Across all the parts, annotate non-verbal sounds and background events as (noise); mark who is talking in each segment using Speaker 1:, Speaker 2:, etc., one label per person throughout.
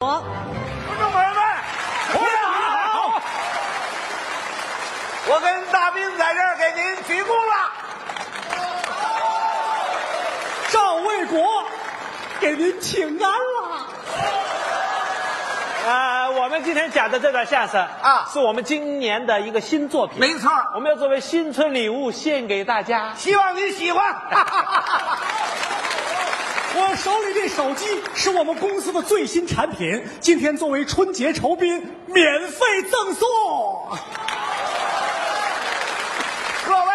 Speaker 1: 我
Speaker 2: 观众朋友们，您好！我跟大斌在这儿给您鞠躬了。
Speaker 1: 赵卫国给您请安了。
Speaker 3: 呃，我们今天讲的这段相声
Speaker 2: 啊
Speaker 3: 是我们今年的一个新作品，
Speaker 2: 没错儿，
Speaker 3: 我们要作为新春礼物献给大家。
Speaker 2: 希望您喜欢。
Speaker 1: 我手里这手机是我们公司的最新产品，今天作为春节酬宾，免费赠送。
Speaker 2: 各位，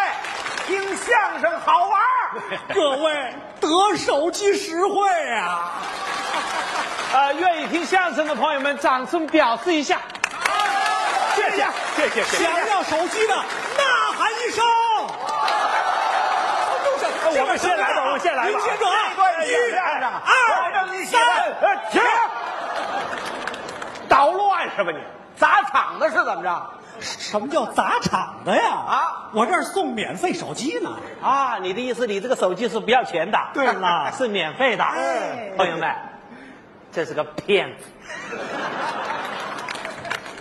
Speaker 2: 听相声好玩儿
Speaker 1: 各位得手机实惠啊！
Speaker 3: 呃，愿意听相声的朋友们，掌声表示一下。谢谢，谢谢，谢谢。
Speaker 1: 想要手机的呐喊一声。
Speaker 3: 我们先来吧我们先来哎吧
Speaker 1: 您先说
Speaker 2: 这段
Speaker 1: 啊！
Speaker 2: 是
Speaker 1: 一
Speaker 2: 相声啊
Speaker 1: 二
Speaker 2: 让您喜
Speaker 1: 三
Speaker 2: 欢。
Speaker 3: 呃，停！捣乱是吧你？
Speaker 2: 砸场子是怎么着？
Speaker 1: 什么叫砸场子呀？
Speaker 2: 啊，
Speaker 1: 我这儿送免费手机呢。
Speaker 3: 啊，你的意思，你这个手机是不要钱的？
Speaker 1: 对了
Speaker 3: 是免费的。
Speaker 1: 哎
Speaker 3: 朋友们，这是个骗子。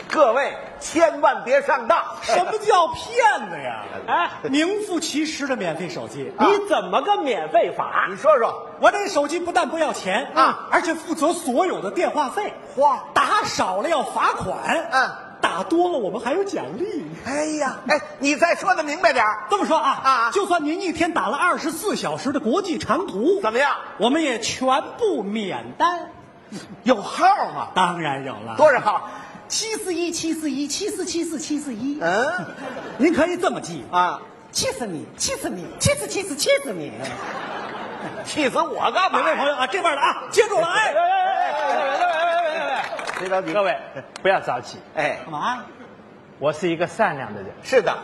Speaker 2: 各位千万别上当。
Speaker 1: 什么叫骗子呀？
Speaker 3: 哎，
Speaker 1: 名副其实的免费手机。
Speaker 3: 你怎么个免费法
Speaker 2: 你？说说，
Speaker 1: 我这手机不但不要钱
Speaker 2: 啊，
Speaker 1: 而且负责所有的电话费。
Speaker 2: 哇
Speaker 1: 打少了要罚款，
Speaker 2: 嗯，
Speaker 1: 打多了我们还有奖励。
Speaker 2: 哎呀，哎，你再说的明白点儿，
Speaker 1: 这么说啊
Speaker 2: 啊
Speaker 1: 就算您一天打了二十四小时的国际长途，
Speaker 2: 怎么样？
Speaker 1: 我们也全部免单。
Speaker 2: 有号吗？
Speaker 1: 当然有了，
Speaker 2: 多少号？
Speaker 1: 七四一七四一七四七四七四一。
Speaker 2: 嗯
Speaker 1: 您可以这么记，
Speaker 2: 啊，
Speaker 1: 气死你，气死你，气死气死气死你！
Speaker 2: 气死我干嘛
Speaker 1: 哪
Speaker 2: 呀？
Speaker 1: 位朋友啊，这边的啊，接住了，哎，
Speaker 2: 别着急，
Speaker 3: 各位不要着急，
Speaker 2: 哎，
Speaker 1: 干嘛呀？
Speaker 3: 我是一个善良的人，
Speaker 2: 是的，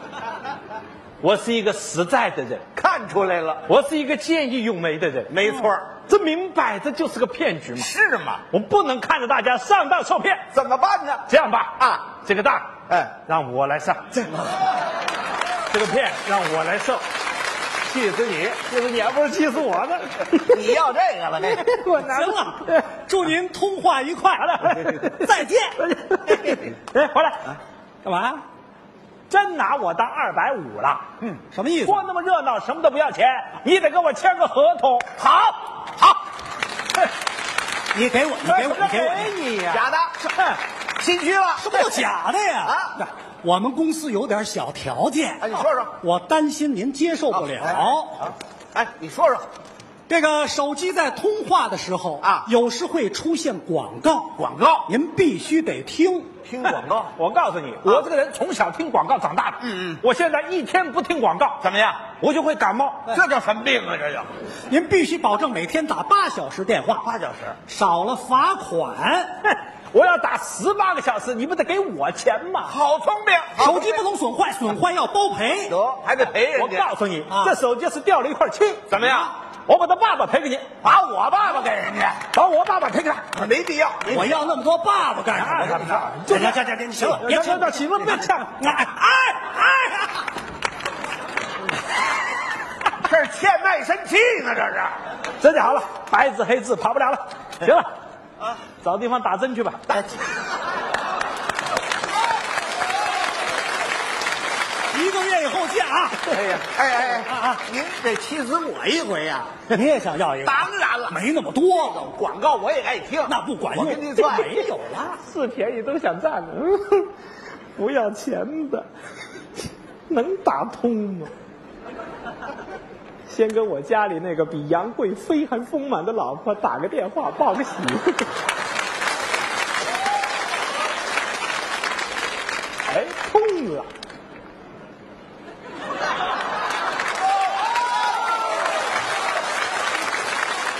Speaker 3: 我是一个实在的人，
Speaker 2: 看出来了，
Speaker 3: 我是一个见义勇为的人。嗯
Speaker 2: 没错儿，
Speaker 3: 这明摆着就是个骗局嘛！
Speaker 2: 是吗？
Speaker 3: 我不能看着大家上当受骗。
Speaker 2: 怎么办呢？
Speaker 3: 这样吧，
Speaker 2: 啊，
Speaker 3: 这个当，
Speaker 2: 哎，
Speaker 3: 让我来上；
Speaker 1: 这个
Speaker 3: 这个骗让我来受。气死你！气死你，还不是气死我呢？
Speaker 2: 你要这个了，这个 (laughs)
Speaker 3: 我拿
Speaker 1: 行了，祝您通话愉快，再见。
Speaker 3: 哎，回来，
Speaker 1: 干嘛？
Speaker 3: 真拿我当二百五了。嗯，
Speaker 1: 什么意思？
Speaker 3: 说那么热闹，什么都不要钱，你得跟我签个合同。好，好，
Speaker 1: 你给我，你
Speaker 3: 哎
Speaker 1: 给我，你给我，
Speaker 3: 给你
Speaker 2: 假
Speaker 3: 呀！
Speaker 2: 的，心虚了，
Speaker 1: 什么叫假的呀？
Speaker 2: 啊，
Speaker 1: 我们公司有点小条件
Speaker 2: 哎，，你说说，
Speaker 1: 我担心您接受不
Speaker 2: 哎
Speaker 1: 了。，
Speaker 2: 哎哎，你说说，
Speaker 1: 这个手机在通话的时候
Speaker 2: 啊
Speaker 1: 有时会出现广告，
Speaker 2: 广告
Speaker 1: 您必须得听。
Speaker 2: 听广告
Speaker 3: 哦我告诉你，我这个人从小听广告长大的。
Speaker 2: 啊嗯嗯，
Speaker 3: 我现在一天不听广告，
Speaker 2: 怎么样？
Speaker 3: 我就会感冒。
Speaker 2: 这叫什么病啊？这叫
Speaker 1: 您必须保证每天打八小时电话，
Speaker 2: 八小时，
Speaker 1: 少了罚款。
Speaker 3: 哼
Speaker 2: (laughs)
Speaker 3: 我要打十八个小时，你不得给我钱吗？
Speaker 2: 好聪明，
Speaker 1: 手机不能损坏，损坏要包
Speaker 2: (laughs)
Speaker 1: 赔。
Speaker 2: 得，还得赔
Speaker 3: 我
Speaker 2: 人家
Speaker 3: 告，诉你
Speaker 1: 啊，
Speaker 3: 这手机是掉了一块漆。
Speaker 2: 怎么样？
Speaker 3: 我把他爸爸赔给你，
Speaker 2: 把我爸爸给人家，
Speaker 3: 把我爸爸赔给他。
Speaker 2: 没必要，没
Speaker 1: 我要那么多爸爸干什
Speaker 3: 哎
Speaker 1: 么？
Speaker 3: 怎么着
Speaker 1: 这这这这，行了，别
Speaker 3: 别
Speaker 1: 吃
Speaker 3: 吃到起了，别呛了。
Speaker 1: (laughs) 哎哎哎！
Speaker 2: 这是欠卖身契呢，这是。
Speaker 3: 整理好了，白纸黑字，跑不了了。行了，
Speaker 2: 哎
Speaker 3: 啊，找地方打针去吧。
Speaker 1: 一个月以后见啊！
Speaker 2: 哎呀，哎哎
Speaker 1: 啊
Speaker 2: 哎
Speaker 1: 啊，
Speaker 2: 您得气死 (laughs) 我一回呀、
Speaker 1: (laughs) 你也想要一个？
Speaker 2: 当然了，
Speaker 1: 没那么多了，
Speaker 2: 广告我也爱听，
Speaker 1: 那不管
Speaker 2: 我
Speaker 1: 用。
Speaker 2: 跟您说，
Speaker 1: 没有
Speaker 2: (laughs)
Speaker 1: 了。
Speaker 3: 是便宜都想占的，嗯 (laughs) 不要钱的，能打通吗？先跟我家里那个比杨贵妃还丰满的老婆打个电话报个喜。 (laughs) 哎，通了。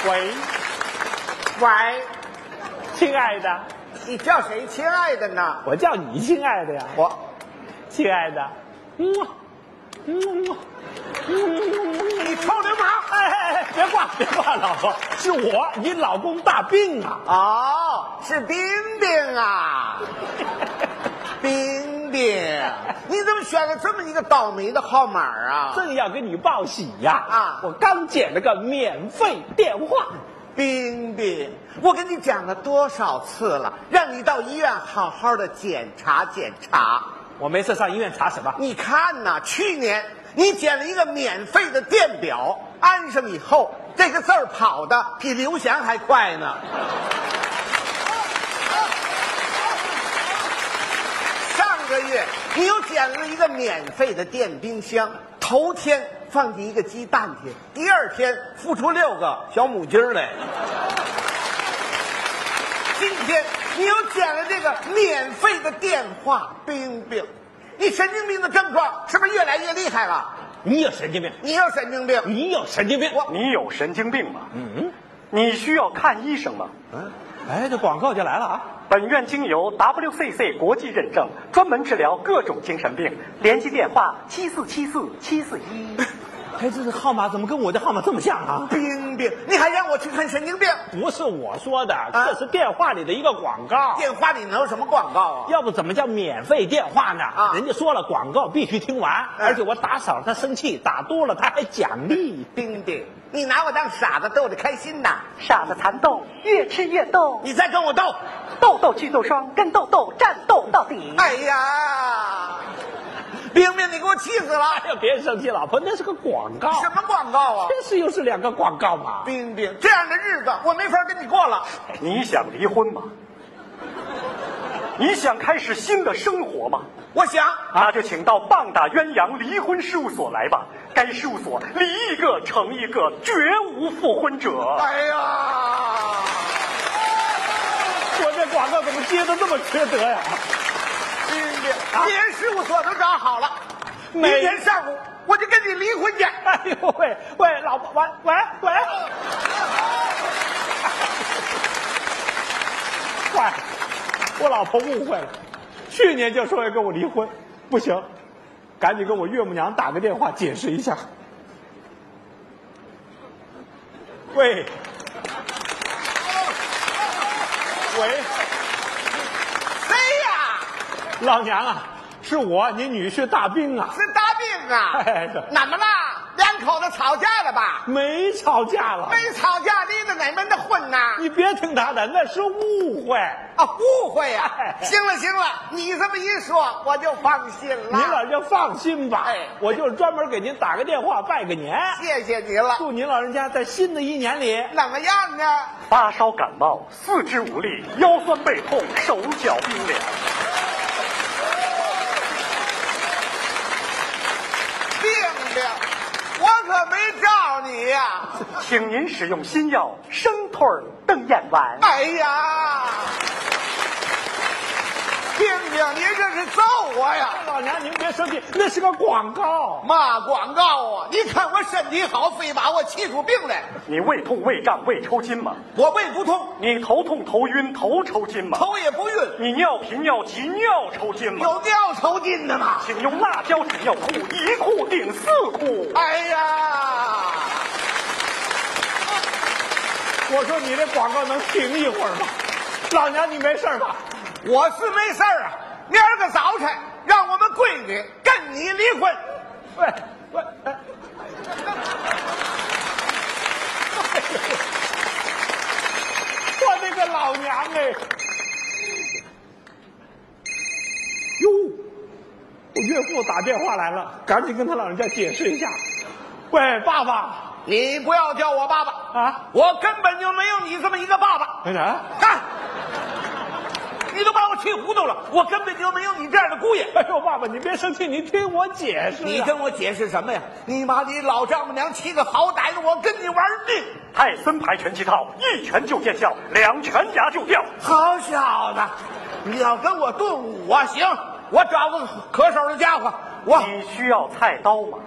Speaker 3: 喂，
Speaker 2: 喂，
Speaker 3: 亲爱的，
Speaker 2: 你叫谁亲爱的呢？
Speaker 3: 我叫你亲爱的呀。
Speaker 2: 我，
Speaker 3: 亲爱的，嗯嗯嗯
Speaker 2: 你臭流氓！
Speaker 3: 哎哎哎，别挂别挂，老婆，是我，你老公大病啊。
Speaker 2: 哦，是冰冰啊，冰冰，你怎么选了这么一个倒霉的号码啊？
Speaker 3: 正要给你报喜呀、
Speaker 2: 啊
Speaker 3: 我刚捡了个免费电话，
Speaker 2: 冰冰，我跟你讲了多少次了，让你到医院好好的检查检查。
Speaker 3: 我没事上医院查什么？
Speaker 2: 你看呐，去年你捡了一个免费的电表，安上以后，这个字儿跑的比刘翔还快呢。上个月你又捡了一个免费的电冰箱，头天放进一个鸡蛋去，第二天孵出六个小母鸡儿来。今天你又捡了这个免费的电话，冰冰，你神经病的症状是不是越来越厉害了？
Speaker 3: 你有神经病！
Speaker 2: 你有神经病，
Speaker 3: 你有神经病！
Speaker 2: 我
Speaker 1: 你有神经病吗？嗯，你需要看医生吗？
Speaker 3: 哎，这广告就来了啊！
Speaker 1: 本院经由 WCC 国际认证，专门治疗各种精神病。联系电话：七四七四七四一。
Speaker 3: 哎，这个号码怎么跟我的号码这么像啊？
Speaker 2: 冰冰，你还让我去看神经病？
Speaker 3: 不是我说的，
Speaker 1: 啊
Speaker 3: 这是电话里的一个广告。
Speaker 2: 电话里能有什么广告啊？
Speaker 3: 要不怎么叫免费电话呢？
Speaker 2: 啊
Speaker 3: 人家说了，广告必须听完，
Speaker 2: 嗯
Speaker 3: 而且我打少了他生气，打多了他还奖励。
Speaker 2: 冰冰，你拿我当傻子逗着开心呐？
Speaker 1: 傻子蚕豆，越吃越逗，
Speaker 2: 你再跟我斗！
Speaker 1: 痘痘祛痘霜，跟痘痘战斗到
Speaker 3: 嗯
Speaker 1: 底。
Speaker 2: 哎呀，冰冰，你给我气死了！
Speaker 3: 哎呀，别生气，老婆，那是个广告，
Speaker 2: 什么广告啊？
Speaker 3: 真是又是两个广告嘛。
Speaker 2: 冰冰，这样的日子我没法跟你过了。
Speaker 1: 你想离婚吗？你想开始新的生活吗？
Speaker 2: 我想，
Speaker 1: 那就请到棒打鸳鸯离婚事务所来吧。该事务所离一个成一个，绝无复婚
Speaker 3: 哦
Speaker 1: 者。
Speaker 2: 哎呀，
Speaker 3: 我这广告怎么接的这么缺德呀？
Speaker 2: 冰冰，别人事务所都找好了，明
Speaker 3: 啊没
Speaker 2: 天上午我就跟你离婚去。
Speaker 3: 哎呦喂喂，老婆，喂喂喂，坏了，我老婆误会了，去年就说要跟我离婚，不行，赶紧跟我岳母娘打个电话解释一下。喂，喂，
Speaker 2: 谁哎呀？
Speaker 3: 老娘啊，是我，你女婿大兵啊，
Speaker 2: 是大病啊
Speaker 3: 哎是？
Speaker 2: 怎么啦？两口子吵架了吧？
Speaker 3: 没吵架了，
Speaker 2: 没吵架，离得哪门子混呐？
Speaker 3: 你别听他的，那是误会。
Speaker 2: 啊，误会呀、
Speaker 3: 哎
Speaker 2: (laughs) 行了行了，你这么一说，我就放心了。
Speaker 3: 您老人家放心吧，
Speaker 2: 哎
Speaker 3: 我就是专门给您打个电话拜个年，
Speaker 2: 谢谢您了。
Speaker 3: 祝您老人家在新的一年里
Speaker 2: 怎么样呢？
Speaker 1: 发烧感冒，四肢无力，腰酸背痛，手脚冰凉。
Speaker 2: 病病，我可没照你呀、
Speaker 1: 请您使用新药生退儿瞪眼丸。
Speaker 2: 哎呀，病病，您这是揍我呀！
Speaker 3: 老娘您别生气，那是个广告。
Speaker 2: 骂广告啊！你看我身体好，非把我气出病来。
Speaker 1: 你胃痛、胃胀、胃抽筋吗？
Speaker 2: 我胃不痛，
Speaker 1: 你头痛、头晕、头抽筋吗？
Speaker 2: 头也不晕，
Speaker 1: 你尿频、尿急、尿抽筋吗？
Speaker 2: 有尿抽筋的吗？
Speaker 1: 请用辣椒纸尿裤，一裤顶四裤。
Speaker 2: 哎呀，
Speaker 3: 我说你这广告能停一会儿吗？老娘你没事儿吧？
Speaker 2: 我是没事儿啊。明儿个早晨，让我们闺女跟你离婚。
Speaker 3: 喂喂，哎我那个老娘哎，哟，我岳父打电话来了，赶紧跟他老人家解释一下。喂，爸爸
Speaker 2: 你不要叫我爸爸，
Speaker 3: 啊，
Speaker 2: 我根本就没有你这么一个爸爸。
Speaker 3: 哎呀，
Speaker 2: 看，你都把我气糊涂了，我根本就没有你这样的姑爷。
Speaker 3: 哎呦，爸爸你别生气，你听我解释啊、
Speaker 2: 你跟我解释什么呀？你妈你老丈母娘气个好歹的，我跟你玩命。
Speaker 1: 泰森牌拳击套，一拳就见效，两拳牙就掉。
Speaker 2: 好小子，你要跟我动武啊？行，我找个可手的家伙，我
Speaker 1: 你需要菜刀吗？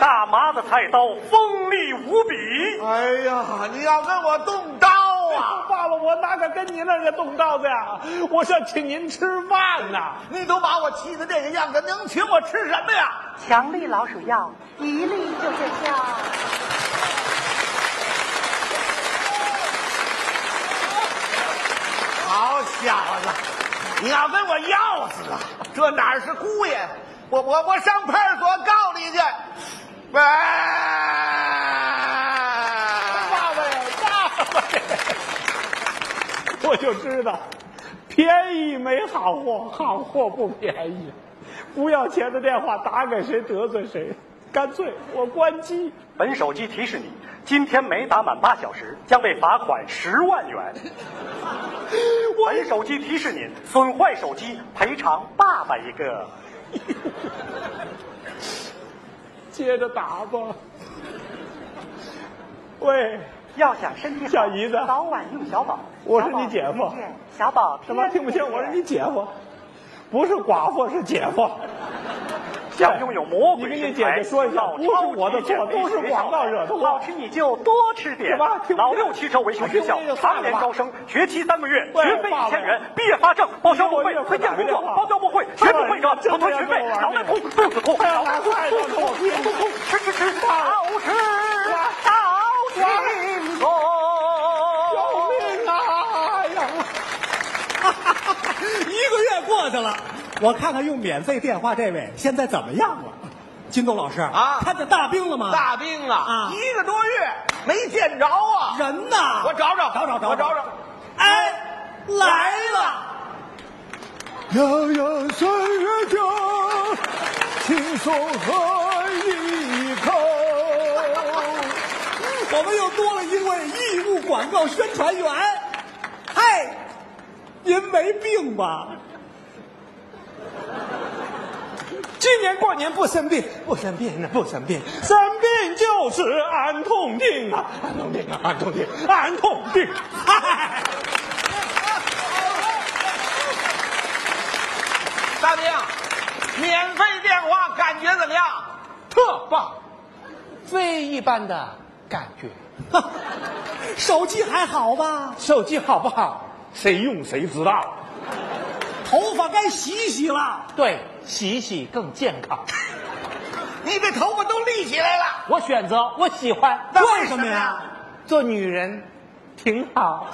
Speaker 1: 大麻子菜刀锋利无比。
Speaker 2: 哎呀，你要跟我动刀啊？
Speaker 3: 爸爸，我哪敢跟您那个动刀子呀？我是要请您吃饭呐、
Speaker 2: (laughs) 你都把我气得这个样子，能请我吃什么呀？
Speaker 4: 强力老鼠药，一粒就见效。
Speaker 2: 好小子，你要跟我要死啊？这哪儿是姑爷？我我我上派出所告你去！喂，
Speaker 3: 爸爸呀，爸爸！ (laughs) 我就知道，便宜没好货，好货不便宜。不要钱的电话打给谁得罪谁，干脆我关机。
Speaker 1: 本手机提示你，今天没打满八小时将被罚款十万
Speaker 3: (laughs)
Speaker 1: 元。本手机提示您，损坏手机赔偿爸爸一个。
Speaker 3: 接着打吧。喂，
Speaker 4: 要想身体好，
Speaker 3: 小姨子
Speaker 4: 早晚用小宝。
Speaker 3: 我是你姐夫
Speaker 4: 小宝偏偏小宝
Speaker 3: 什么听不清？我是你姐夫，不是寡妇，是姐夫。
Speaker 1: 想拥有魔
Speaker 3: 你跟
Speaker 1: 鬼身
Speaker 3: 你
Speaker 1: 材，
Speaker 3: 姐姐说一下，
Speaker 1: 老
Speaker 3: 不是我的
Speaker 1: 超
Speaker 3: 错，
Speaker 1: 级减肥
Speaker 3: 都是
Speaker 1: 学校
Speaker 3: 广告惹的
Speaker 1: 好
Speaker 3: 祸。
Speaker 1: 吃你就多吃点。
Speaker 3: 什么听不见
Speaker 1: 老六汽车维修学校
Speaker 3: 我听不见就算
Speaker 1: 常
Speaker 3: 了吧
Speaker 1: 年招生，学期三个月，
Speaker 3: 喂
Speaker 1: 学费
Speaker 3: 爸爸
Speaker 1: 一千元，毕业发证，报销不
Speaker 3: 我
Speaker 1: 会
Speaker 3: 越，
Speaker 1: 推荐
Speaker 3: 打个
Speaker 1: 工
Speaker 3: 电
Speaker 1: 作，
Speaker 3: 话
Speaker 1: 包教不会，学不会者
Speaker 3: 真
Speaker 1: 不
Speaker 3: 的
Speaker 1: 退
Speaker 3: 要
Speaker 1: 学
Speaker 3: 跟
Speaker 1: 费
Speaker 3: 我，玩
Speaker 1: 脑袋
Speaker 3: 命
Speaker 1: 痛，肚子痛，
Speaker 3: 哎呀
Speaker 1: 脑袋痛，
Speaker 3: 来
Speaker 1: 肚子
Speaker 3: 来
Speaker 1: 痛，
Speaker 3: 来
Speaker 1: 肚子痛，吃吃吃，好吃好
Speaker 4: 好
Speaker 1: 痛。
Speaker 3: 救命啊！哎呀，
Speaker 1: 一个月过去了，我看看用免费电话这位现在怎么样了？金东老师
Speaker 2: 啊
Speaker 1: 看见大兵了吗？
Speaker 2: 大病啊，
Speaker 1: 啊
Speaker 2: 一个多月没见着啊，
Speaker 1: 人呐，
Speaker 2: 我找找，
Speaker 1: 找找找，
Speaker 2: 我找找。
Speaker 1: 哎，来了！
Speaker 3: 洋洋三月天，轻松喝一口。
Speaker 1: (laughs) 我们又多了一位义务广告宣传员。嗨，您没病吧？
Speaker 3: 今年过年不生病，不生病呢，不生病，生病就是安痛定啊，安痛定啊，安痛定，安痛定。
Speaker 1: 嗨，
Speaker 2: 大兵，免费电话感觉怎么样？
Speaker 3: 特棒，飞一般的感觉。
Speaker 1: 手机还好吧？
Speaker 3: 手机好不好？谁用谁知道。
Speaker 1: 头发该洗洗了。
Speaker 3: 对，洗洗更健康。
Speaker 2: 你这头发都立起来了，
Speaker 3: (laughs) 我选择我喜欢
Speaker 2: 那为什
Speaker 1: 什么
Speaker 2: 么
Speaker 1: 呀
Speaker 2: 呀？
Speaker 3: 做女人，挺好。